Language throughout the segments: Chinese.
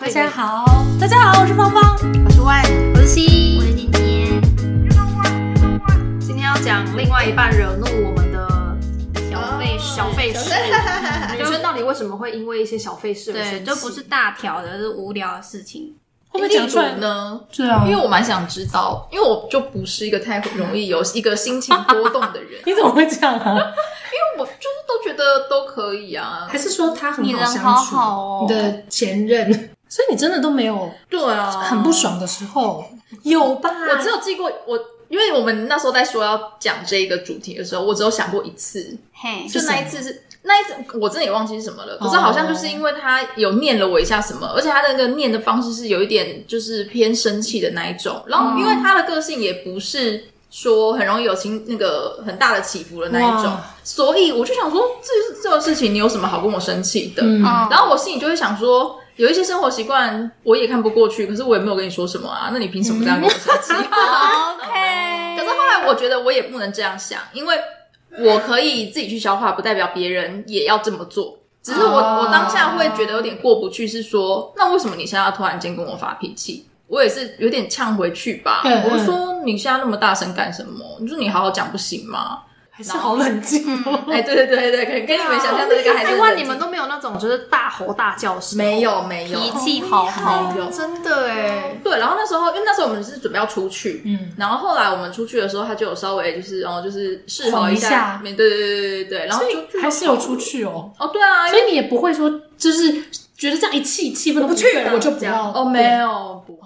大家好，大家好，我是芳芳。我是万，我是西我，是今天今天要讲另外一半惹怒我们的 小费小费事，女事，生到底为什么会因为一些小费事而生对，气就不是大条的，是无聊的事情。会不会讲出来？呢？对啊，因为我蛮想知道，因为我就不是一个 太容易有一个心情波动的人 你怎么会这样 啊？因为我就是都觉得都可以啊还。是说他很你好人相好处？好哦，你的前任，所以你真的都没有对啊，很不。爽的时候，有吧？我只有记过我，因为我们那时候在说要讲这个主题的时候，我只有想过一次，嘿，就是哦那一次是那一次，我真的也忘记是什么了。可是好像就是因为他有念了我一下什么，而且他那个念的方式是有一点就是偏生气的那一种。然后因为他的个性也不是说很容易有情那个很大的起伏的那一种哇，所以我就想说，这这种事情你有什么好跟我生气的？嗯哦然后我心里就会想说。有一些生活习惯我也看不过去，可是我也没有跟你说什么啊，那你凭什么这样跟我生气？嗯 哦 OK，可是后来我觉得我也不能这样想，因为我可以自己去消化，不代表别人也要这么做。只是我、哦我当下会觉得有点过不去，是说那为什么你现在突然间跟我发脾气？我也是有点呛回去吧。嗯嗯我就说你现在那么大声干什么？你说你好好讲不行吗？还是好冷静哦。哎，对对对对，可能跟你们想象的那个还嗯哎，是很哇，冷你静们都没有那种就是大吼大叫是吗没有没有脾气好好，没有哦真的哎，对，然后那时候因为那时候我们是准备要出去，嗯，然后后来我们出去的时候，他就有稍微就是，然后就是示好哄一下下，对对对对对对，然后所就以还是有出去哦。哦，对啊，因所为以你也不会说，就是觉得这样一气气氛都不去对了我就不这样要哦，没有不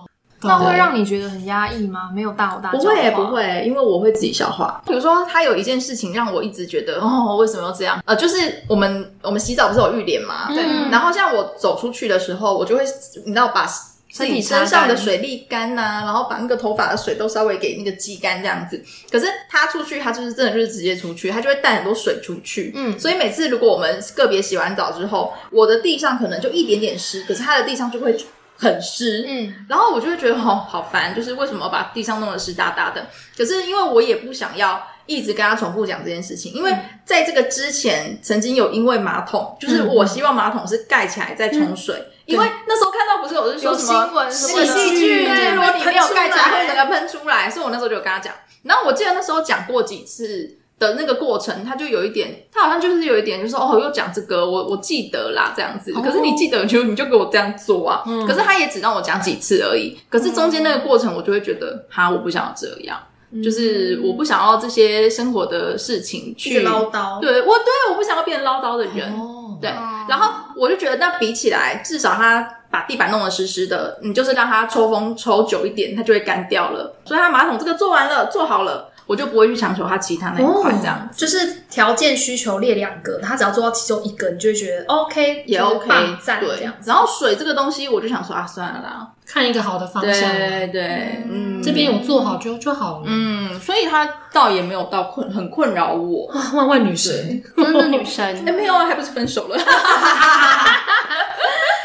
那会对啊让你觉得很压抑吗？没有大吼大叫，不会不，会，因为我会自己消化。比如说，他有一件事情让我一直觉得哦，为什么要这样？呃，就是我们我们洗澡不是有浴帘嘛，对嗯然后像我走出去的时候，我就会你知道把自己身上的水沥干呐、然后把那个头发的水都稍微给那个挤干这样子。可是他出去，他就是真的就是直接出去，他就会带很多水出去。嗯所以每次如果我们个别洗完澡之后，我的地上可能就一点点湿，可是他的地上就会很湿。嗯，然后我就会觉得哦，好烦，就是为什么把地上弄得湿哒哒的？可是因为我也不想要一直跟他重复讲这件事情，因嗯为在这个之前曾经有因为马嗯桶，就是我希望马桶是盖起来再冲水，因为那时候看到不是有是说有什么新闻什么细的细菌，对就是如果你没有盖起来会会整个喷出来，所以我那时候就有跟他讲。然后我记得那时候讲过几次。的那个过程，他就有一点，他好像就是有一点，就是哦，又讲这个，我我记得啦，这样子。可是你记得，就你就给我这样做啊。可是他也只让我讲几次而已。可是中间那个过程，我就会觉得，哈，我不想要这样，就是我不想要这些生活的事情去叨对我，对我不想要变唠叨的人。哦，对，然后我就觉得，那比起来，至少他把地板弄得湿湿的，你就是让他抽风抽久一点，它就会干掉了。所以他马桶这个做完了，做好了，我就不会去强求他其他那一块这样子。就是条件需求列两个，他只要做到其中一个，你就会觉得哦 OK，也就是 OK，棒赞这对 样。。然后水这个东西，我就想说啊，算了啦，看一个好的方向，对对，嗯，这边有做好就就好了。嗯，所以他倒也没有到困，很困扰我。哇，万万女神，真的女哎，神，没有啊，还不是分手了。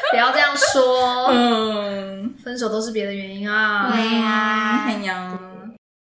不要这样说，嗯，分手都是别的原因啊。嗯对呀哎，呀，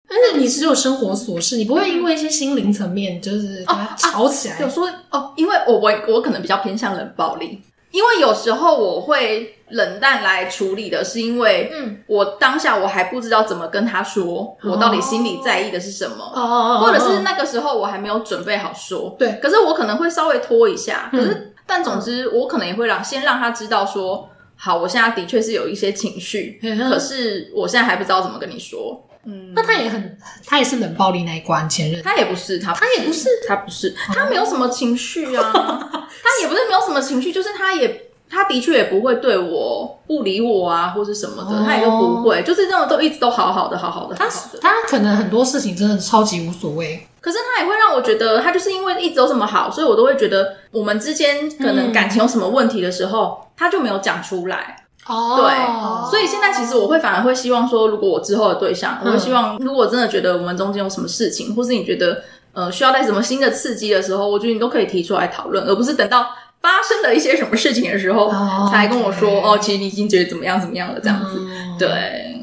但是你只有生活琐事，你不会因为一些心灵层面就是跟他吵起来。啊有说哦，因为我我我可能比较偏向冷暴力，因为有时候我会冷淡来处理的，是因为嗯，我当下我还不知道怎么跟他说，我到底心里在意的是什么。哦哦哦，或者是那个时候我还没有准备好说，对嗯可是我可能会稍微拖一下，可是、但总之我可能也会让先让他知道说，好，我现在的确是有一些情绪，嗯哼可是我现在还不知道怎么跟你说，嗯，那他也很，他也是冷暴力那一关前任。他也不是，他他也不是，哦他不是，他没有什么情绪 啊，他也不是没有什么情绪，就是他也他的确也不会对我不理我啊，或是什么的，哦他也都不会，就是那种都一直都好好的，好好的，好他好的。他可能很多事情真的超级无所谓，可是他也会让我觉得，他就是因为一直都这么好，所以我都会觉得我们之间可能感情有什么问题的时候，他就没有讲出来。哦对，所以现在其实我会反而会希望说，如果我之后的对象，我会希望，如果真的觉得我们中间有什么事情，或是你觉得呃需要带什么新的刺激的时候，我觉得你都可以提出来讨论，而不是等到发生了一些什么事情的时候、哦才跟我说 OK 哦，其实你已经觉得怎么样怎么样了这样子。嗯对，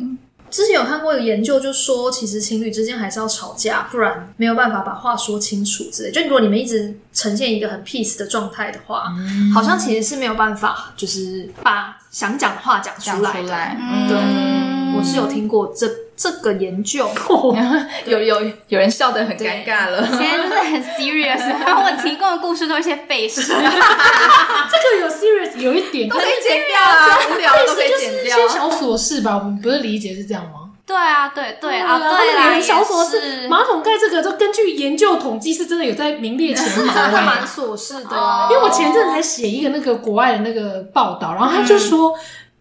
之前有看过一个研究，就说其实情侣之间还是要吵架，不然没有办法把话说清楚之类。就如果你们一直呈现一个很 peace 的状态的话，嗯好像其实是没有办法，就是把想讲话讲出来的。嗯对，我是有听过这这个研 究。哦有有有人笑得很尴尬了。现在就是很 serious，然后我提供的故事都是一些废事，这个有 serious 有一点， 可以剪掉啊，无聊的都可以剪一掉些。 小琐事吧，我们不是理解是这样吗？对啊，对对啊，他对们啦，连小琐也事，是马桶盖这个都根据研究统计是真的有在名列前 茅、真的欸，蛮琐事的啊，因为我前阵子才写一个那个国外的那个报道，然后嗯他就说。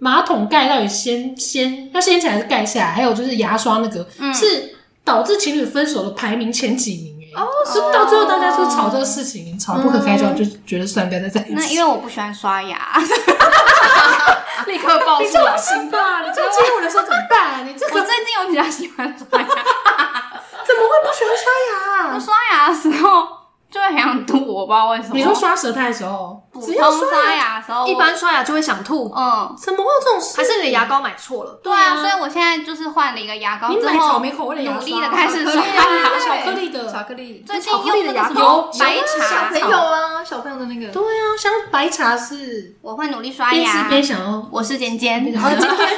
马桶盖到底掀掀要掀起来还是盖下来？还有就是牙刷那个、嗯是导致情侣分手的排名前几名哎、哦，是到最后大家说吵这个事情，吵不可开交，就觉得算了，不要再在一起。哦那因为我不喜欢刷 牙，立刻爆你出这来不。行 吧？你这接吻的时候怎么办？啊你这我个最近有比较喜欢刷牙， 怎么会不喜欢刷牙我？刷牙的时候就会很想吐，我不知道为什么。你说刷舌苔的时候，普只要通刷刷牙，牙的时候，一般刷牙就会想吐，嗯，怎么会有这种事？还是你的牙膏买错了？对啊，所以我现在就是换了一个牙膏你之买后草，莓口味的牙努刷，力的开始刷对啊牙。巧克力的， 克力最近巧克力的用牙那膏个什么有白小茶朋，友啊，小朋友的那个对啊，像白茶是我会努力刷边吃牙。边想 哦。我是尖尖，然后今天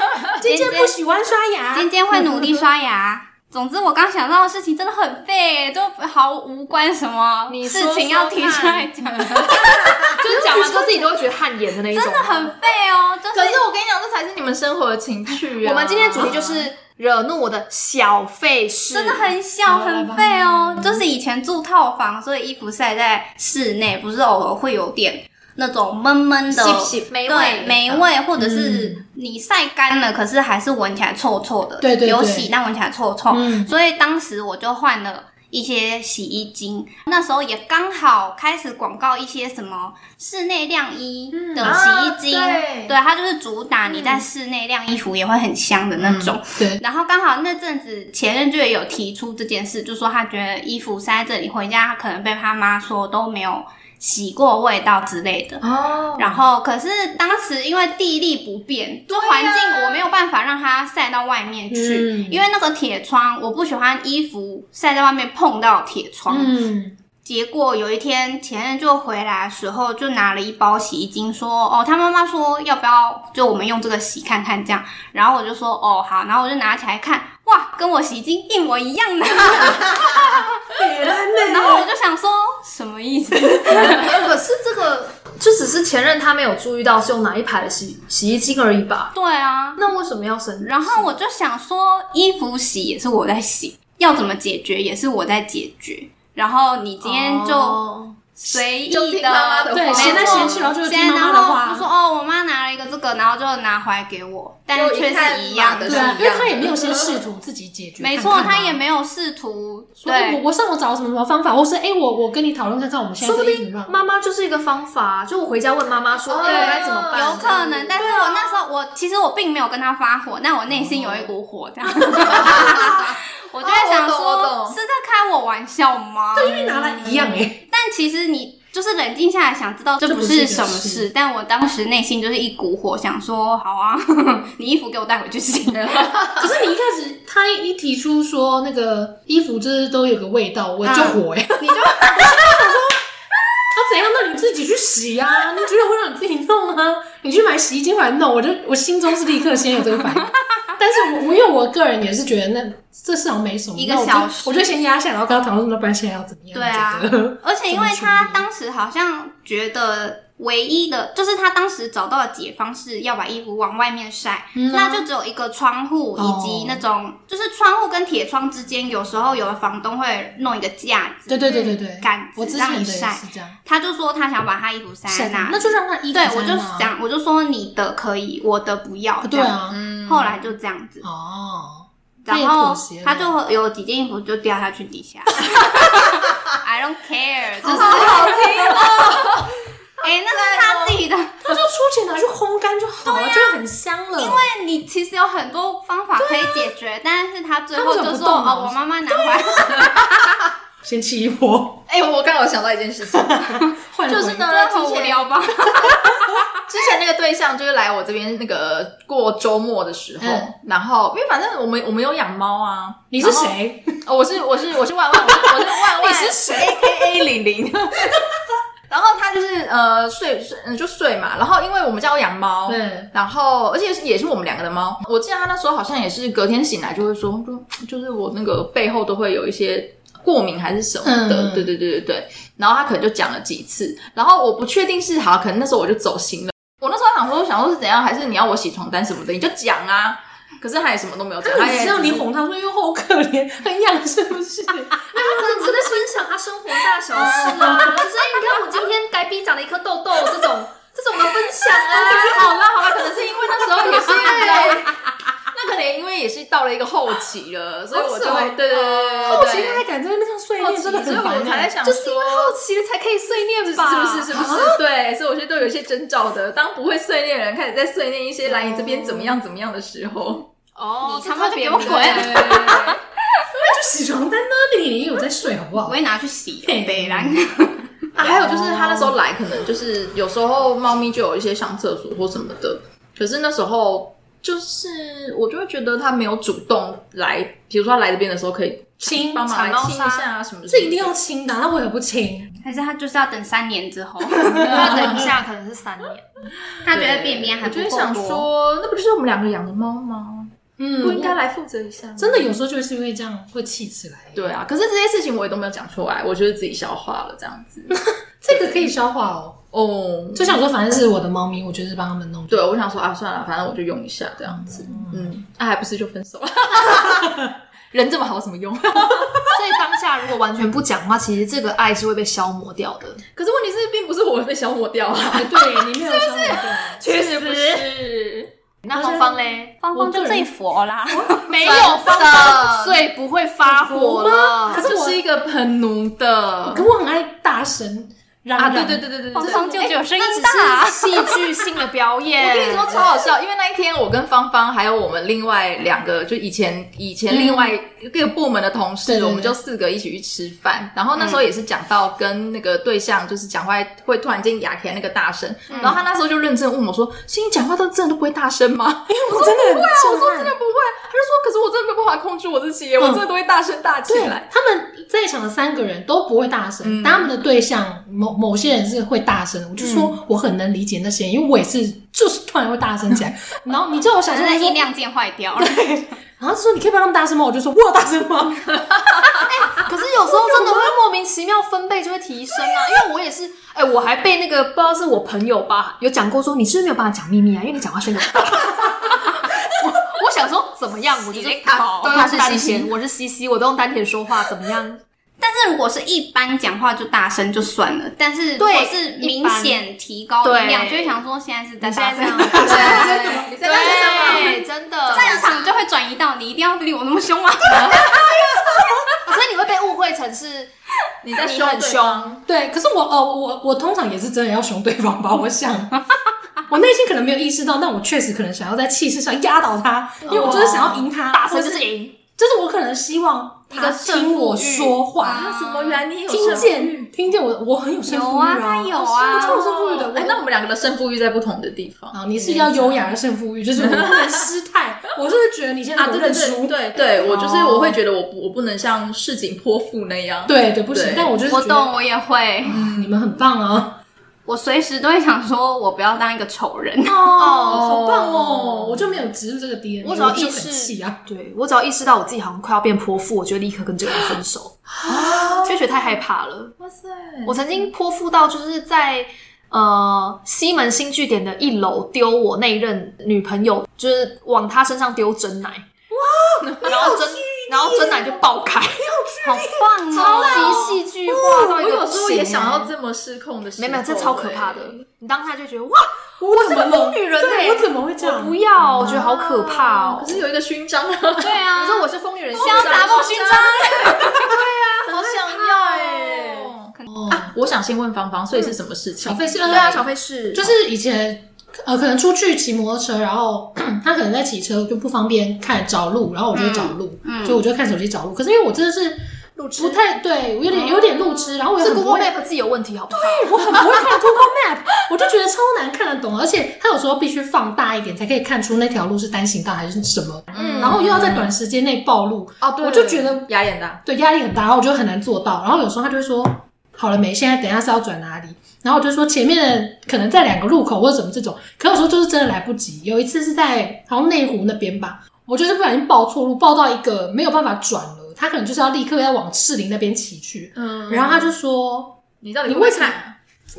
今天不喜欢刷牙，尖尖会努力刷 牙。总之，我刚想到的事情真的很废，就毫无关什么你说事情要提出来讲，真就是讲完之后自己都会觉得汗颜的那一种。的很废哦。就是可是我跟你讲，这才是你们生活的情趣啊。我们今天主题就是惹怒我的小费事，真的很小很废哦。就是以前住套房，所以衣服晒在室内，不是偶尔会有点那种闷闷的。洗没对，霉味，嗯或者是你晒干了，可是还是闻起来臭臭的。对对对有洗但闻起来臭臭。嗯所以当时我就换了一些洗衣精，那时候也刚好开始广告一些什么室内晾衣的洗衣精，啊对对，它就是主打你在室内晾衣服也会很香的那嗯种。对，然后刚好那阵子前任就也有提出这件事，就说他觉得衣服塞在这里回家，他可能被他妈说都没有洗过味道之类的。哦，然后，可是当时因为地利不便，就环境我没有办法让它晒到外面去，嗯因为那个铁窗，我不喜欢衣服晒在外面碰到铁窗。嗯，结果有一天前任就回来的时候，就拿了一包洗衣精说，哦，他妈妈说要不要就我们用这个洗看看这样，然后我就说哦好，然后我就拿起来看，哇，跟我洗衣精一模 一样的，然后我就想说什么意思？可是这个就只是前任他没有注意到是用哪一排的洗洗衣精而已吧？对啊，那为什么要生？然后我就想说，衣服洗也是我在洗，要怎么解决也是我在解决。然后你今天就哦随意就的，听妈妈的话对没错闲来闲去然后就听妈闲妈的然后话就说哦，我妈拿了一个这个，然后就拿回来给我，但是就却一看是一样的对嘛啊，是因一为样的他也没有先试图自己解决，没错，看看嘛他也没有试图说哎我对。我上网找什么什么方法，或是哎我我跟你讨论看看我们现在说不这个怎定么办。妈妈就是一个方法，啊就我回家问妈妈说，哦哎，我该怎么办？有可能，但是我那时候我其实我并没有跟他发火，但我内心有一股火，这样， 我就在想哦我懂我说懂是在开我玩笑吗？因为拿来一样哎，但其实你就是冷静下来想知道这不是什这么不是一事，但我当时内心就是一股火，想说好啊， 你衣服给我带回去洗。可是你一开始他一提出说那个衣服就是都有个味道，我就火哎，啊你就 他怎样？那你自己去洗啊！你觉得我让你自己弄啊？你去买洗衣精回来弄，我就我心中是立刻先有这个反应。 但是我我因为我个人也是觉得那这事好像没什么，一个那我就小时我就先压下，然后跟他讨论说，不然现在要怎么样？对啊你觉得 而且因为他当时好像觉得唯一的，就是他当时找到的解方是要把衣服往外面晒，那就只有一个窗户嗯啊哦以及那种、就是窗户跟铁窗之间，有时候有的房东会弄一个架 子，对对对对对，杆我之子前让的你也是晒。这样，他就说他想把他衣服晒在那里，那就让他衣服对在，我就那想，我就说你的可以，我的不要。对这样，啊，后来就这样子，哦，他也然后妥协了他就有几件衣服就掉下去底下。I don't care，就是好听哦， 哎、那是他自己的。他就出钱拿去烘干就好了，就很香啊了。因为但你其实有很啊多方法可以解决，但是他最后他为什么就不说动啊哦，我妈妈拿回来。先气一波， 哎、我刚好想到一件事 情，换就回是呢 真的，好无聊吧？之前那个对象就是来我这边那个过周末的时候，嗯然后因为反正我们我们有养猫啊，你是谁？哦，我是我是我是万万，我是我是万 万，你是谁？A A 零零。然后他就是呃睡睡嗯就睡嘛，然后因为我们家有养猫，嗯，然后而且是也是我们两个的猫。我记得他那时候好像也是隔天醒来就会说，就就是我那个背后都会有一些过敏还是什么的，嗯对对对对对。然后他可能就讲了几次，然后我不确定是好，可能那时候我就走心了。我那时候想说，我想说是怎样，还是你要我洗床单什么的，你就讲啊。可是他也什么都没有讲，他也 只知道只 你是啊哄他说：“哟，好可怜，很痒，是不 是？”可能只是分享他生活大小事啊，就是哎你看我今天改笔长了一颗痘痘这种 这种的分享啊。好啦好啦，可能是因为那时候也是因 为，那可能因为也是到了一个后期了，所以我就会对对对对哦后期对他还敢在那上碎对，后念，期，真的所以很烦我才在欸。想就是因为好说。奇了才可以碎念是不吧？是是不是？对，所以我觉得都有一些征兆的。当不会碎念的人开始在碎念一些来你这边怎么样怎么样的时候，哦， 你他妈就给我滚滚！那就洗床单呢，你有在睡好不 我好？会拿去洗嘿北兰。啊，还有就是他那时候来，可能就是有时候猫咪就有一些上厕所或什么的，可是那时候就是我就会觉得他没有主动来，比如说他来这边的时候可以亲帮忙铲来猫亲一砂下啊什么之类的，这一定要亲的啊，那我也不亲。 还是他就是要等三年之后， 要等一下，可能是三年。他觉得便便还我不就会够想多。说，那不就是我们两个养的猫吗？嗯，不应该来负责一下吗？真的有时候就是因为这样会气起来。对啊，可是这些事情我也都没有讲出来，我就是自己消化了这样 子。这个可以消化哦。哦，就想说，反正是我的猫咪，我就是帮他们弄。对，我想说啊，算了，反正我就用一下这样子。嗯，那、还不是就分手了？ 人这么好，什么用？ 所以当下如果完全不讲话，其实这个爱是会被消磨掉的。可是问题是，并不是我被消磨掉啊， 哎，对你没有 消化掉，确实不是。那芳芳嘞？芳芳就最佛啦，没有芳芳最不会发火火了了。他就是一个很奴的可我很爱大声嚷啊，嚷。对对对对对对，芳芳舅舅声音那只哎大是。戏剧性的表演。我跟你说超好笑，因为那一天我跟芳芳还有我们另外两个，就以前以前另外一个部门的同事，对对对我们就四个一起去吃饭。然后那时候也是讲到跟那个对象，就是讲话会突然间哑起来那个大声。然后他那时候就认真问我说：“所以你讲话都真的都不会大声吗？”因为我真的不会啊，我说真的不会。他就说：“可是我真的没有办法控制我自己耶，我真的都会大声大起对来。，他们在场的三个人都不会大声，嗯但他们的对象某某些人是会大声的。我就嗯说我很能理解那些人，因为我也是，就是突然会大 声起来。然后你叫我小反声正说音，量键坏掉了，然后就说你可以不要那么大声吗？我就说我有大声吗？ 可是有时候真的会莫名其妙分贝就会提升啊，因为我也是，哎、我还被那个不知道是我朋友吧，有讲过说你是不是没有办法讲秘密啊，因为你讲话 声音很大。我我想说怎么样，我就是考都要是丹西田西，我是西西，我都用丹田说话，怎么样？但是如果是一般讲话就大声就算了，但是如果对是一明般显提高音对量，就会想说现在是在你现在大这样声，对啊你在干什么？对，真的，战场就会转移到你一定要对我那么凶吗？所以你会被误会成是你在你凶很对方凶，对，可是我呃，我我通常也是真的要凶对方吧，我想。 我内心可能没有意识到，但我确实可能想要在气势上压倒他，因为我就是想要赢他，哦大声或就是是赢，就是我可能希望一他个胜听我负欲说话，啊？什么？原来你有听生见听见我我很有胜负欲有啊他有我啊超有胜负欲的。我哎，那我们两个的胜负欲在不同的地方。啊，你是要优雅的胜负欲，就是我不能失态。 我就是觉得你现在啊，给我对对认输对，对对，我就是我会觉得我不我不能像市井泼妇那样。对对不行对。但我就是我觉得懂，我也会，嗯你们很棒啊！我随时都会想说，我不要当一个丑人。哦，好棒哦！我就没有植入这个 DNA，我只要就意很识气啊。对我只要意识到我自己好像快要变泼妇，我就立刻跟这个人分手，就觉得太害怕了。啊哇塞，我曾经泼妇到就是在呃西门新据点的一楼丢我那一任女朋友，就是往她身上丢真奶，哇， 然后真然后真奶就爆开，好棒超哦！级戏剧化到我一个有不行欸。时候也想要这么失控的时没候，有没有，这超可怕哎的。你当下就觉得哇，我怎么这个了疯女人对欸我怎么会这我样？不要，我觉得好可怕哦可。是有一个勋章， 对对啊，你说我是疯女人，想要打打破勋章，好想要哎。啊我想先问芳芳，所以是什么事情小？费是对啊，小费是就是以前呃，可能出去骑摩托车，然后 他可能在嗯嗯骑车就不方便看找路，然后我就会找路，所以我就会看手机找路。可是因为我真的是路痴不太对，我有点有点路痴，然后我又哦是很不 Google 会 Map 自己有问题，好不好？我很不会看 Google Map，我就觉得超难看得懂，而且它有时候必须放大一点才可以看出那条路是单行道还是什么，嗯然后又要在短时间内暴露，哦，对，我就觉得牙眼啊大，对压力很大，然后我就很难做到。然后有时候他就会说，好了没，现在等一下是要转哪里？然后我就说前面的可能在两个路口或者什么这种，可有时候就是真的来不及。有一次是在好像内湖那边吧，我就是不小心报错路，报到一个没有办法转了，他可能就是要立刻要往士林那边骑去，嗯然后他就说。你到底你会不会为什么看？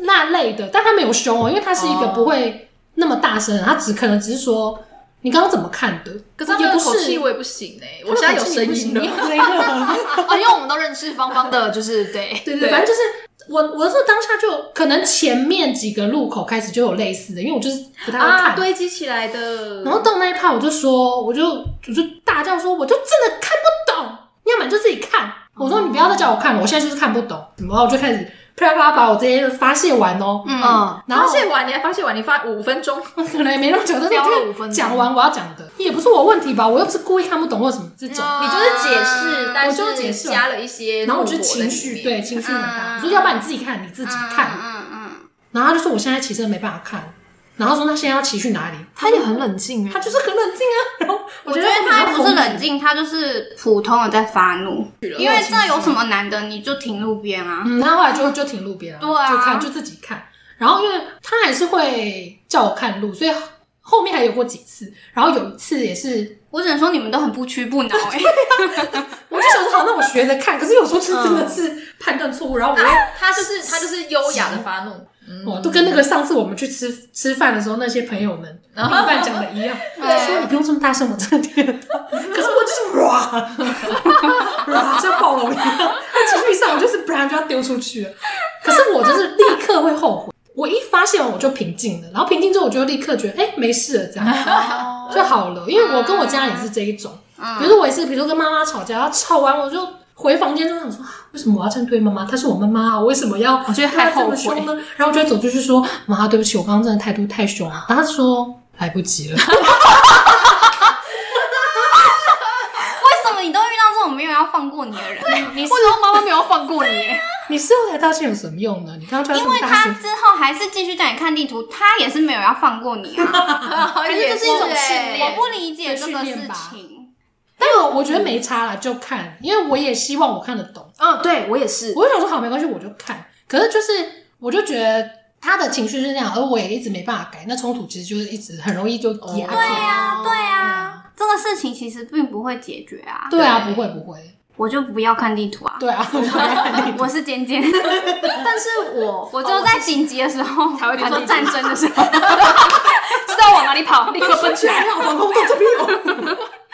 那类的，但他没有凶哦，因为他是一个哦不会那么大声的，他只可能只是说你刚刚怎么看的，可是他也不们的是口气我也不行哎，我现在有声音 你有了，声音了，啊，因为我们都认识芳芳的，就是对， 对对，反正就是。我我是当下就可能前面几个路口开始就有类似的，因为我就是不太会看。啊，堆积起来的，然后到那一趴我就说，我就我就大叫说，我就真的看不懂，要么你就自己看。我哦说你不要再叫我看了，我现在就是看不懂。然后我就开始啪啦啪啦把我这些发泄完哦，嗯，然后发泄完你还发泄完，你发五分钟， 可能也没那么久，但是飙了就五分钟是讲完我要讲的，也不是我问题吧，我又不是故意看不懂或什么这种，你就是解释，但啊我就是解释啊是加了一些怒然后火我在就里情面，绪对情绪很大，嗯我说要不然你自己看，你自己嗯看，嗯嗯然后他就说我现在骑车没办法看，然后说那现在要骑去哪里？他也很冷静，欸他就是很冷静啊， 然后我觉得嗯，他不是冷静，他就是普通的在发怒，因为这有什么难的，你就停路边啊。嗯，他后来就就停路边了，对啊就看就自己看。然后因为他还是会叫我看路，所以后面还有过几次。然后有一次也是，我只能说你们都很不屈不挠 哎、我就想说好，那我学着看。可是有时候是真的是判断错误，然后我又他就是他就是优雅的发怒，我哦都跟那个上次我们去吃吃饭的时候那些朋友们另一半讲的一样，对说你不用这么大声，我真的听得到。可是我就是哇哇，像暴龙一样，他情绪上我就是不然就要丢出去了。可是我就是立刻会后悔，我一发现完我就平静了，然后平静之后我就立刻觉得哎、没事了这哦样就好了，因为我跟我家人也是这一种，嗯比如说我也是，比如说跟妈妈吵架，然后吵完我就。回房间就想说，啊为什么我要这样对妈妈？她是我妈妈啊，我为什么要我觉得对她哦太这后么悔凶呢？然后我就会走出去说：“妈，对不起，我刚刚真的态度太凶了。”然后她说：“嗯来不及 了。”为什么你都遇到这种没有要放过你的人？你为什么妈妈没有放过你？ 你事后才道歉有什么用呢？你刚刚穿这因为么他大声，之后还是继续叫你看地图，他也是没有要放过你啊。还 这就是一种训欸练，我不理解这这个个事事情。但我我觉得没差啦，就看，因为我也希望我看得懂。嗯，对我也是，我就想说好，没关系，我就看。可是就是，我就觉得他的情绪是那样，而我也一直没办法改。那冲突其实就是一直很容易就哦压对起来。啊，对啊，这个事情其实并不会解决啊。对啊，不会不会，我就不要看地图啊，对啊，我就 没看你我是尖尖，但是我我就在紧急的时候才会看地图战争的时 候，啊知道往哪里 跑，立刻奔去。好防空洞这边有。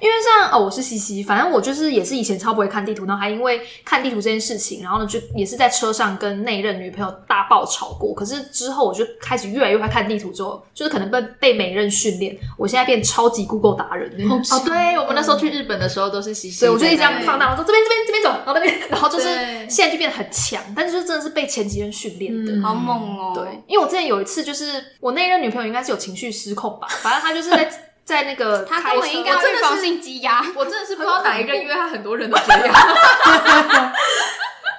因为像哦，我是西西，反正我就是也是以前超不会看地图，然后还因为看地图这件事情，然后呢就也是在车上跟那一任女朋友大爆吵过。可是之后我就开始越来越会看地图，之后就是可能被被每任训练，我现在变超级 Google 达人。哦，欸对，我们那时候去日本的时候都是西西所在以那我里，就一直这样放大，我说这边这边这边走，然后那边，然后就是对现在就变得很强，但是就是真的是被前几任训练的。嗯好猛哦。对，，因为我之前有一次，就是我那一任女朋友应该是有情绪失控 吧，反正她就是在在那个 他开根本车应该要预防性积压。我真的是不知道哪一个，因为他很多人都这样，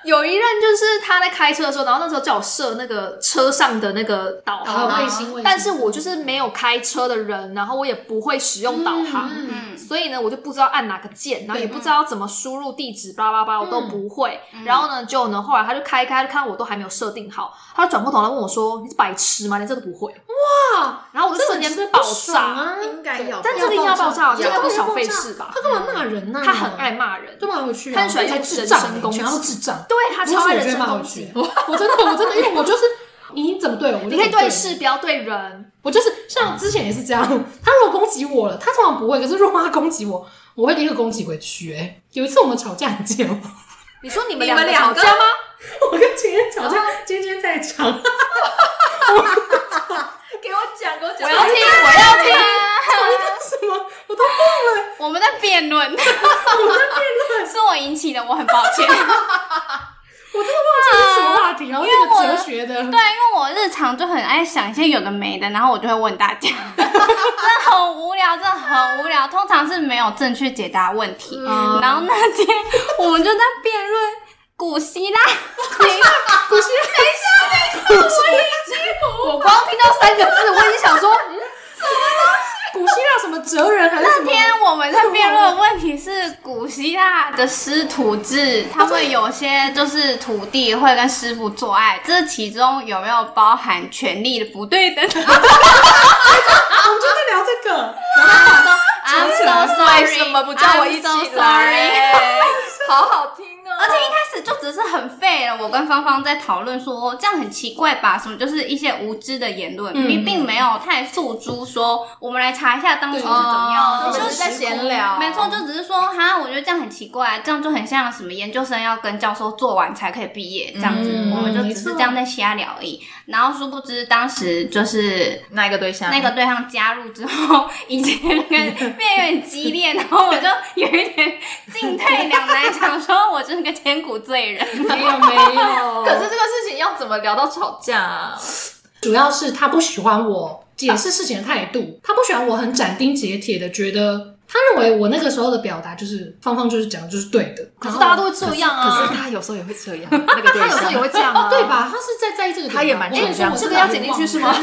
有一任就是他在开车的时候，然后那时候叫我设那个车上的那个导航啊嘛，卫星卫星但是哦我就是没有开车的人，然后我也不会使用导航，嗯嗯，所以呢，我就不知道按哪个键，然后也不知道怎么输入地址，巴拉巴拉，我都不会。然后呢，就呢，后来他就开一开，他就看我都还没有设定好，他就转过头来问我说：“你是白痴吗？连这都不会？”哇！然后我就瞬间被爆炸，啊！应该要但这个一定要爆炸，啊要这个不是小要爆炸费事吧？嗯他干嘛骂人呢？他很爱骂人，嗯就骂回去啊，他喜欢才用智人障身欸，攻击全都智障。对他超爱人身骂攻回击去。。我真的我真的，因为我就是你怎么对我，我就 你可以怎么对你事，不要对人。我就是像之前也是这样，他如果攻击我了，他通常不会，可是如果他攻击我，我会立刻攻击回去、哎，有一次我们吵架，你记得吗？你说你们你们吵两个架吗？我跟今天吵啊架，今天在场，给我讲，给我我讲，要听，我要听。什么我都忘了，我们在辩论，我们在辩论，是我引起的，我很抱歉。 我真的忘记是什么话题，然后啊因为那我个的哲学的，对，啊因为我日常就很爱想一些有的没的，然后我就会问大家，真的很无聊，真的很无聊。通常是没有正确解答问题。嗯然后那天我们就在辩论古希腊，不是我光听到三个字，我已经想说，嗯古希腊什么哲人还是什那么？天我们在辩论的问题是古希腊的师徒制，他们有些就是徒弟会跟师傅做爱，这其中有没有包含权力的不对等？啊我们就在聊这个，然后 I'm so sorry，啊为什么不叫我一 I'm so 起 sorry。 来？好好听哦！而且一开始就只是很废了，我跟芳芳在讨论说哦这样很奇怪吧，什么就是一些无知的言嗯论，并、并没有太诉诸说我们来查一下当初是怎么样的，对就嗯就是是在在闲。闲聊，没错，就只是说哈，我觉得这样很奇怪，这样就很像什么研究生要跟教授做完才可以毕业这样子，嗯我们就没只是错这样在瞎聊而已。然后殊不知当时就是哪一个对象？那个对象加入之后，以前跟变得有点激烈，然后我就有一点进退两难，想说我真是个千古罪人。没有没有，可是这个事情要怎么聊到吵架啊？主要是他不喜欢我解释事情的态度，他不喜欢我很斩钉截铁的觉得，他认为我那个时候的表达就是芳芳就是讲的就是对的，可是大家都会这样啊，他有时候也会这样，那个对他有时候也会这样啊，哦对？吧？他是在在意这个点吧，他也蛮我跟你这样说，这个要剪进去是吗？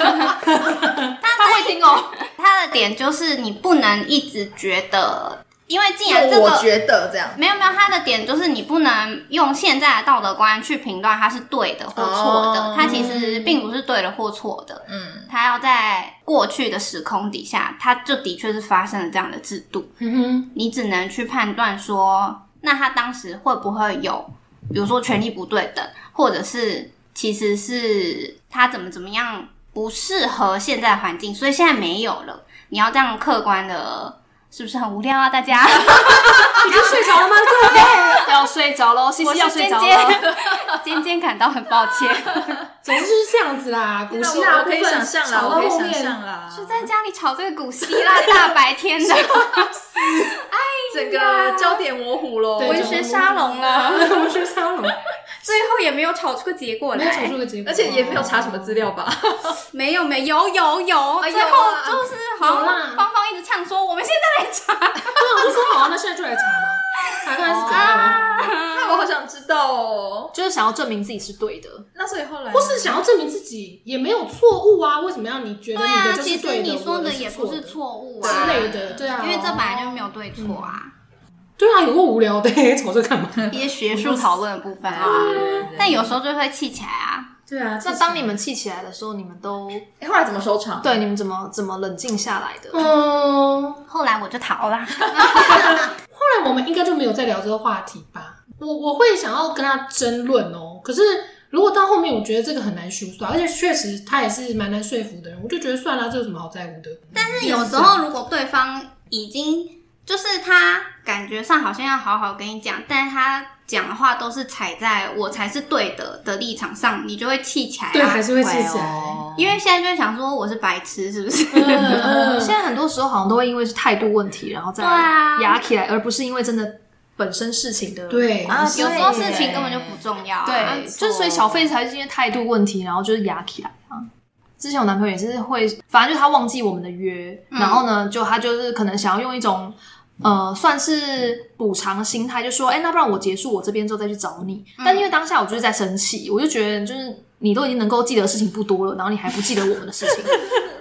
他会听哦。 他的点就是你不能一直觉得，因为既然这我个。觉得这样。没有没有，他的点就是你不能用现在的道德观去评断他是对的或错的，哦他其实并不是对的或错的，嗯，他要在过去的时空底下，他就的确是发生了这样的制度。 嗯哼，你只能去判断说，那他当时会不会有，比如说权力不对等，或者是其实是他怎么怎么样不适合现在的环境，所以现在没有了。你要这样客观的，是不是很无聊啊？大家，已经睡着了 吗？各位要睡着喽，西 我西要是睡尖着 尖了。，哦尖尖感到很抱 歉，总之就是这样子 啦。古希腊啊我可以部分想象啦，吵我到可以后想面 象啦，就在家里吵这个古希腊大白天的整个焦点模糊喽。对 文学沙龙了，我去沙龙，最后也没有吵出个结果没来，有吵出个结果，啊而且也没有查什么资料 吧？没有没有有有有，哎最有后啊就是好有啦像芳芳一直唱说我们现在来查，对啊，我就说好啊，那现在就来查嘛，查看是怎么样。啊那我好想知道哦。就是想要证明自己是对的，那所以后来或是想要证明自己也没有错误啊？为什么要你觉得你的啊，就其是实对你说我的的也是不是的错误之啊，类的，对啊，因为这本来就没有对错啊，对啊，有个无聊的， 吵这干嘛？一些学术讨论的部分啊，但有时候就会气起来啊，对啊，那当你们气起来的时候，你们都哎后来怎么收场？对你们怎么怎么冷静下来的？嗯，后来我就逃啦，后来我们应该就没有再聊这个话题吧。我我会想要跟他争论哦，可是如果到后面我觉得这个很难修刷，而且确实他也是蛮难说服的人，我就觉得算了，这有什么好在乎的？但 但是有时候如果对方已经就是他感觉上好像要好好跟你讲，但是他讲的话都是踩在我才是对的的立场上，你就会气起来、啊，对还是会气起来。哦因为现在就会想说我是白痴是不是？嗯现在很多时候好像都会因为是态度问题，然后再对啊压起来，而不是因为真的本身事情的对关啊系有时候事对情根本就不重要、啊，对，就是所以小费才是因为态度问题，然后就是压起来啊。之前我男朋友也是会，反正就他忘记我们的约，嗯然后呢，就他就是可能想要用一种呃，算是补偿心态，就说，哎、那不然我结束我这边之后再去找你。但因为当下我就是在生气，我就觉得就是你都已经能够记得的事情不多了，然后你还不记得我们的事情，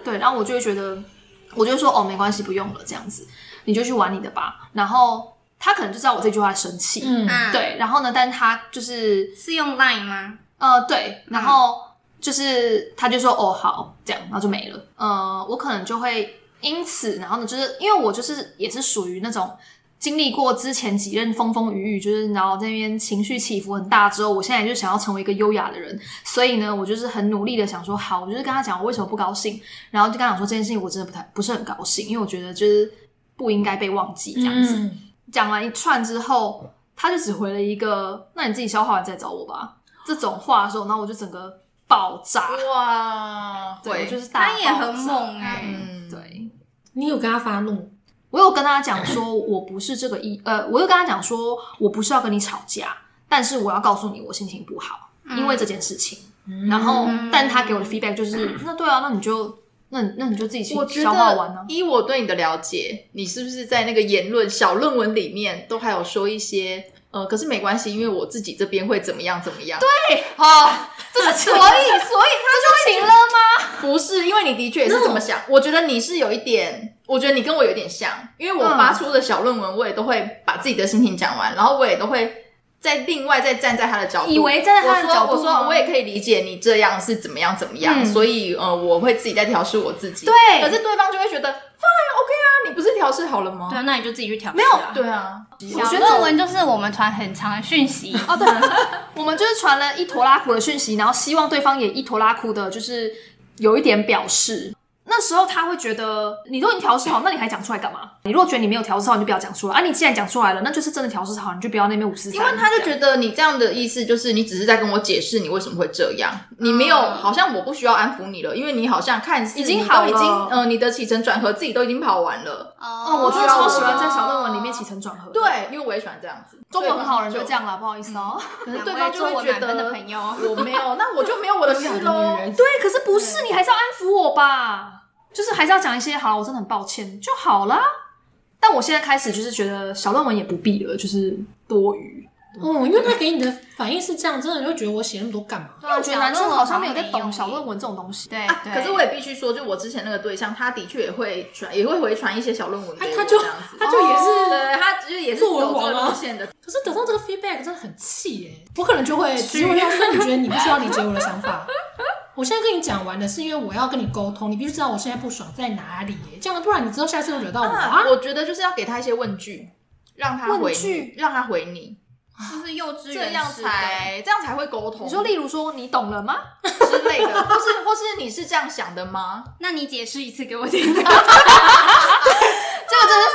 对，然后我就会觉得，我就会说，哦，没关系，不用了，这样子，你就去玩你的吧。然后他可能就知道我这句话生气，嗯，嗯，对，然后呢，但他就是是用 Line 吗？呃，对，然后就是他就说哦好这样，然后就没了。呃，我可能就会因此，然后呢，就是因为我就是也是属于那种经历过之前几任风风雨雨，就是然后那边情绪起伏很大之后，我现在就想要成为一个优雅的人，所以呢，我就是很努力的想说好，我就是跟他讲我为什么不高兴，然后就跟他讲说这件事情我真的不太不是很高兴，因为我觉得就是不应该被忘记这嗯样子。讲完一串之后，他就只回了一个“那你自己消化完再找我吧”这种话的时候，然后我就整个爆炸，哇，对，会我就是大他也很爆炸。猛哎、嗯，对，你有跟他发怒，我有跟他讲说，我不是这个意，呃，我有跟他讲嗯说，我不是要跟你吵架，但是我要告诉你我心情不好，因为这件事情。然嗯后，但他给我的 feedback 就是，那对啊，那你就那你那你就自己去我觉消化完得啊，。依我对你的了解，你是不是在那个言论小论文里面都还有说一些？呃，可是没关系，因为我自己这边会怎么样怎么样。对，哦，这是所以，所以他就情了吗？不是，因为你的确也是这么想。我觉得你是有一点，我觉得你跟我有点像，因为我嗯发出的小论文，我也都会把自己的心情讲完，然后我也都会在另外再站在他的角度，以为站在他的角度我说，我吗嗯说我也可以理解你这样是怎么样怎么样，所以呃，我会自己在调试我自己。对可是对方就会觉得 fine OK 啊，你不是调试好了吗对？啊，那你就自己去调、没有，对啊，小论文就是我们传很长的讯息，哦，对， 我们就是传了一坨拉苦的讯息，然后希望对方也一坨拉苦的，就是有一点表示。那时候他会觉得你都已经调试好，那你还讲出来干嘛？你如果觉得你没有调试好，你就不要讲出来啊！你既然讲出来了，那就是真的调试好，你就不要那边五四三。因为他就觉得你这样的意思就是你只是在跟我解释你为什么会这样，你没有好像我不需要安抚你了，因为你好像看似已经你都好了已经呃你的起承转合自己都已经跑完了。哦哦，我真的超喜欢在小论文里面起承转合。，对，因为我也喜欢这样子，中文很好的人对嗯就方这样啦，不好意思哦。可是两对位方就中会文觉满得分的朋友，我没有，那我就没有我的事喽。对，可是不是，你还是要安抚我吧，就是还是要讲一些好，我真的很抱歉就好啦。但我现在开始就是觉得小论文也不必了，就是多余。哦，因为他给你的反应是这样，真的就觉得我写那么多干嘛？啊因为我觉得男生好像没有在懂小论文，文这种东西。对，啊，对可是我也必须说，就我之前那个对象，他的确也会传，也会回传一些小论文给我，他就这样子他就也是哦对，他就是也是作文走这个王啊路线的，可是得到这个 feedback 真的很气哎、我可能就会只会要说，你觉得你不需要理解我的想法。 我现在跟你讲完的是因为我要跟你沟通，你必须知道我现在不爽在哪里、欸，这样不然你之后下次又惹到我啊啊！。我觉得就是要给他一些问句，让他回问句你，让他回你，就是幼稚这园样式的才这样才会沟通。你说，例如说，你懂了吗？之类 的，或是或是你是这样想的吗？那你解释一次给我听，这个真是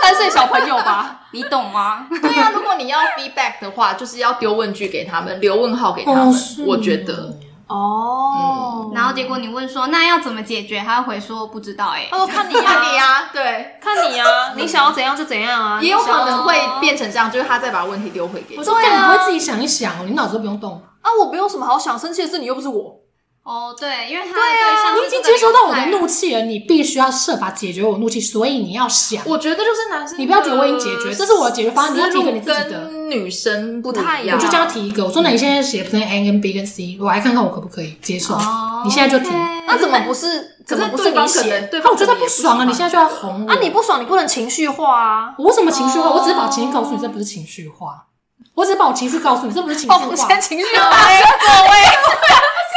三岁小朋友吧？ 你懂吗？对啊，如果你要 feedback 的话，就是要丢问句给他们，留问号给他哦们。我觉得， 哦 然后结果你问说那要怎么解决，他回说不知道哎、他说看你看你啊，啊，对，看你 啊，你想要怎样就怎样啊，也有你想可要能会变成这样，就是他再把问题丢回给你我。说，但你不会自己想一想哦，你脑子都不用动。啊，我没有什么好想生气的事，你又不是我。 哦，对，因为他的对啊象是你已经这个接收到我年的代怒气了，你必须要设法解决我怒气，所以你要想，我觉得就是男生，你不要觉得我已经解决，这是我的解决方案，你要提一个你自己的。跟女生不太一我样，就叫他提一个，我说那你现在写 plan A 跟 B 跟 C，我来看看我可不可以接受。哦你现在就提，那啊怎么不 是？可怎是么不嗯是对方你可写？能对那方我觉得可能他不也爽啊，喜欢你现在就要哄我啊，你不爽，你不能情绪化 啊！我为什么情绪化？我只是把情绪告诉你，这不是情绪化。我只是把我情绪告诉你，这不是情绪化。哦有没有？因情绪化，各位，为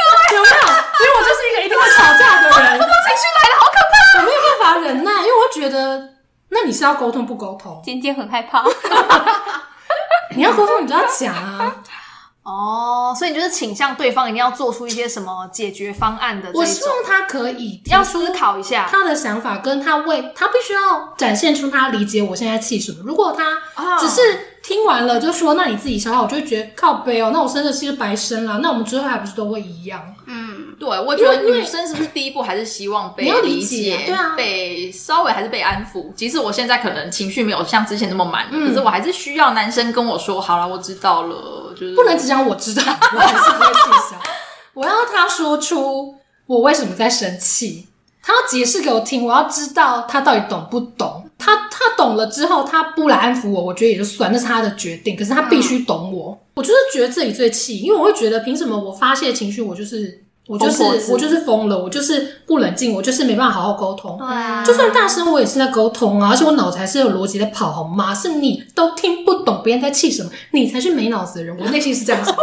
我就是一个一定会吵架的人， 我情绪来了，好可怕！我哦没有办法忍耐，因为我会觉得，那你是要沟通不沟通？尖尖很害怕，你要沟通，你就要讲啊。 哦，所以你就是倾向对方一定要做出一些什么解决方案的这 我一希种，望他可以要思考一下。他的想法跟他为他必须要展现出他理解我现在气什么。如果他只是听完了就说“那你自己消化”，我就会觉得靠背哦，那我生的气就白生了。那我们之后还不是都会一样？ 嗯，对，我觉得女生是不是第一步还是希望被你要理理解对啊被稍微还是被安抚？即使我现在可能情绪没有像之前那么满，可是我还是需要男生跟我说：“好了，我知道了。”就是不能只讲我知道，我还是不会气消。我要他说出我为什么在生气，他要解释给我听，我要知道他到底懂不懂。他他懂了之后，他不来安抚我，我觉得也就算，那是他的决定。可是他必须懂我，我就是觉得这里最气，因为我会觉得凭什么我发泄情绪，我就是我就疯婆子是我就是疯了，我就是不冷静，我就是没办法好好沟通。对啊，就算大声，我也是在沟通啊，而且我脑子还是有逻辑在跑，好吗？是你都听不懂别人在气什么，你才是没脑子的人。我内心是这样想，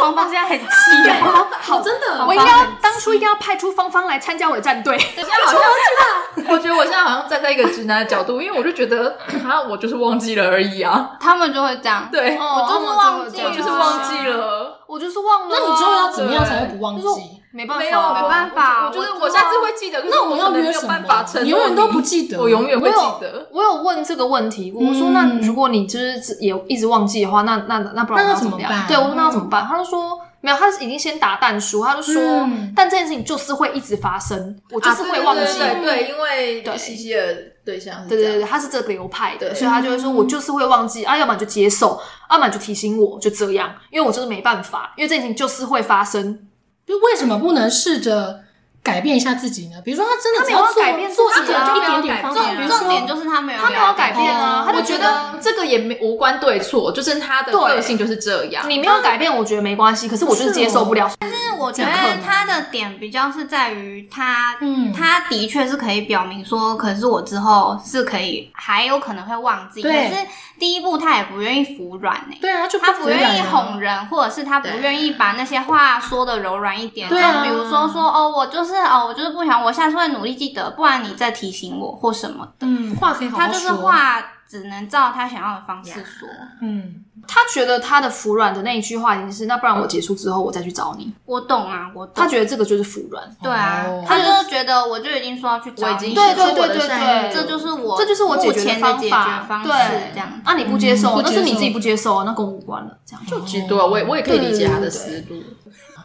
芳芳现在很气哦耶，好，真的，我应该要当初一定要派出芳芳来参加我的战队。现在好像 我觉得我现在好像站在一个直男的角度，因为我就觉得啊，我就是忘记了而已啊。他们就会这 样，对，哦我就是忘记，他我们就会就是这样忘记了， 我就是忘了那啊、你之后要怎么样才会不忘就记是？我没办法，啊没有没办法，我我就知道是我下次会记得。可是那我要可能约没有什办法么？啊承诺你永远都不记得，我永远我会有记得。嗯我有问这个问题，我说那如果你就是也一直忘记的话，那那那不然我那要要怎怎么么办样？对，我说那要怎么嗯办？他就说没有，他已经先打蛋书，他就说，嗯但这件事情就是会一直发生，我就是会忘记。啊对对对对，因为对西西的对象是对对这样对对，他是这个流派的，对嗯所以他就会说，我就是会忘记啊，要么就接受，要么就提醒我，就这样，因为我真的没办法，因为这件事情就是会发生。就为什么不能试着改变一下自己呢？比如说他真的他只没有要做改变自己做啊一点他没一有点点改方变面，啊比如重点说就是他没有，他没有改变啊，他就我觉得这个也没无关对错，就是他的对个性就是这样。你没有改变，我觉得没关系，可是我就是接受不了。但是我觉得他的点比较是在于他，嗯他的确是可以表明说，可是我之后是可以还有可能会忘记，可对是第一步他也不愿意服软欸呢、对啊，就 他不服软愿意啊哄人，或者是他不愿意把那些话说的柔软一点，就对啊比如说说哦，我就是哦，我就是不想，我下次会努力记得，不然你再提醒我或什么。嗯，话可以好好说，他就是，话只能照他想要的方式说。嗯，他觉得他的服软的那一句话已经是，那不然我结束之后我再去找你。我懂啊，我他懂。觉得这个就是服软，对啊，哦他就是觉得我就已经说要去我找已经你，对对对对对对对对对对，这就是我这就是我解目决前方的法解决方式对这样。啊，你不接受，嗯不那接是你受自己不接受，那跟我无关了，这样就其实对，我也我也可以理解他的思路，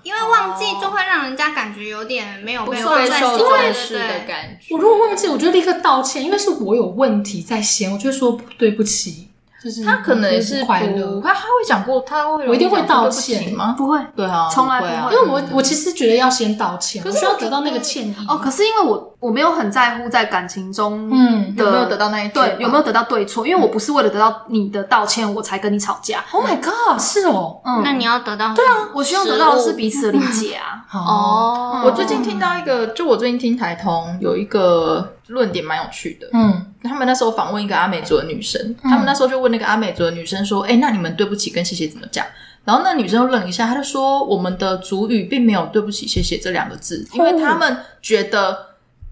因为忘记就会让人家感觉有点没有不被受被受重重视视的感觉。我如果忘记，我就立刻道歉，因为是我有问题在先，我就说对不起，就是他可能也是不快不乐，他他会讲过，他会有我一定会讲过道对不起歉吗？不会对啊，从来不啊会因为我我其实觉得要先道歉，可可是是需要我觉得到那得个歉意哦。可是因为我我没有很在乎在感情中，嗯有没有得到那一句哦对有没有有得到对错，因为我不是为了得到你的道歉我才跟你吵架， ，Oh my God，是哦，嗯，那你要得到对啊，我希望得到的是彼此的理解 啊。好，哦，嗯我最近听到一个，就我最近听台通有一个论点蛮有趣的，嗯他们那时候访问一个阿美族的女生，他们那时候就问那个阿美族的女生说：“哎、那你们对不起跟谢谢怎么讲？”然后那女生就愣一下，她就说：“我们的族语并没有对不起、谢谢这两个字，因为他们觉得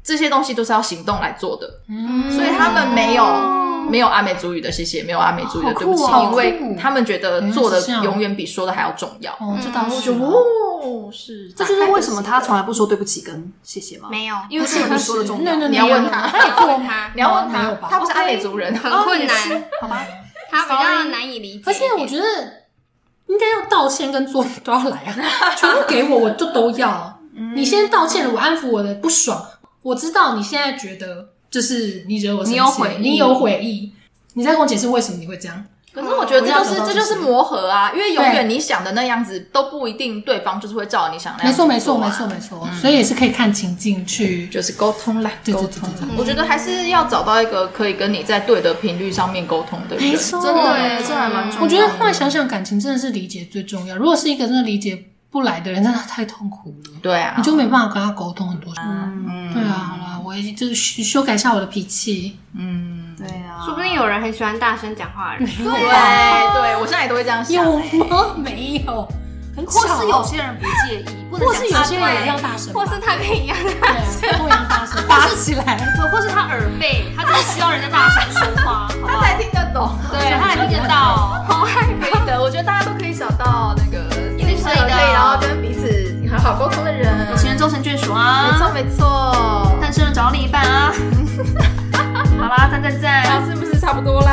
这些东西都是要行动来做的，嗯，所以他们没有哦没有阿美族语的谢谢，没有阿美族语的对不起，好酷哦因为他们觉得做的原来是这样永远比说的还要重要。哦，这倒然后我是就啊，哦，是，这就是为什么他从来不说对不起跟谢谢吗？没有，因为这个你说的重 要。那你要问他他有做吗？他你要问没他有吧，他不是阿美族人，很困难，好吧，他比较难以理解。而且我觉得应该要道歉跟做都要来 啊，全部给我，我就都要。嗯你先道歉了，我安抚我的不爽，我知道你现在觉得就是你惹我生气，你有悔意嗯你有悔意，你再跟我解释为什么你会这样。可是哦我觉得这就是嗯这就是磨合啊，因为永对远你想的那样子都不一定对方就是会照你想那样没子做错，啊。没错，没错，没错。嗯所以也是可以看情境去，就是沟通啦，对沟对通嗯对对啦。我觉得还是要找到一个可以跟你在对的频率上面沟通的人。没错真的嗯耶对，这还蛮重要的。我觉得后来想想，感情真的是理解最重要。如果是一个真的理解不来的人，真的太痛苦了，对啊，嗯你就没办法跟他沟通很多事。嗯对啊，好啦，我也就是修修改一下我的脾气。嗯，对啊，说不定有人很喜欢大声讲话的人，对对，我现在也都会这样想。有吗？ 没有，哎很或巧哦是有些人不介意，不能或讲是有些人也要大声吧， 或是他跟你一样，对，或要大声打起来。对，或是他耳背，他真的需要人家大声说话，好不好？才听得懂，对，他还听得到。好害可以的。我觉得大家都可以找到那个自己可以的然后跟彼此好好沟通的人。有情人终成眷属啊，没错，没错。单身的找到另一半啊。好啦，赞赞赞，那是不是差不多啊啦？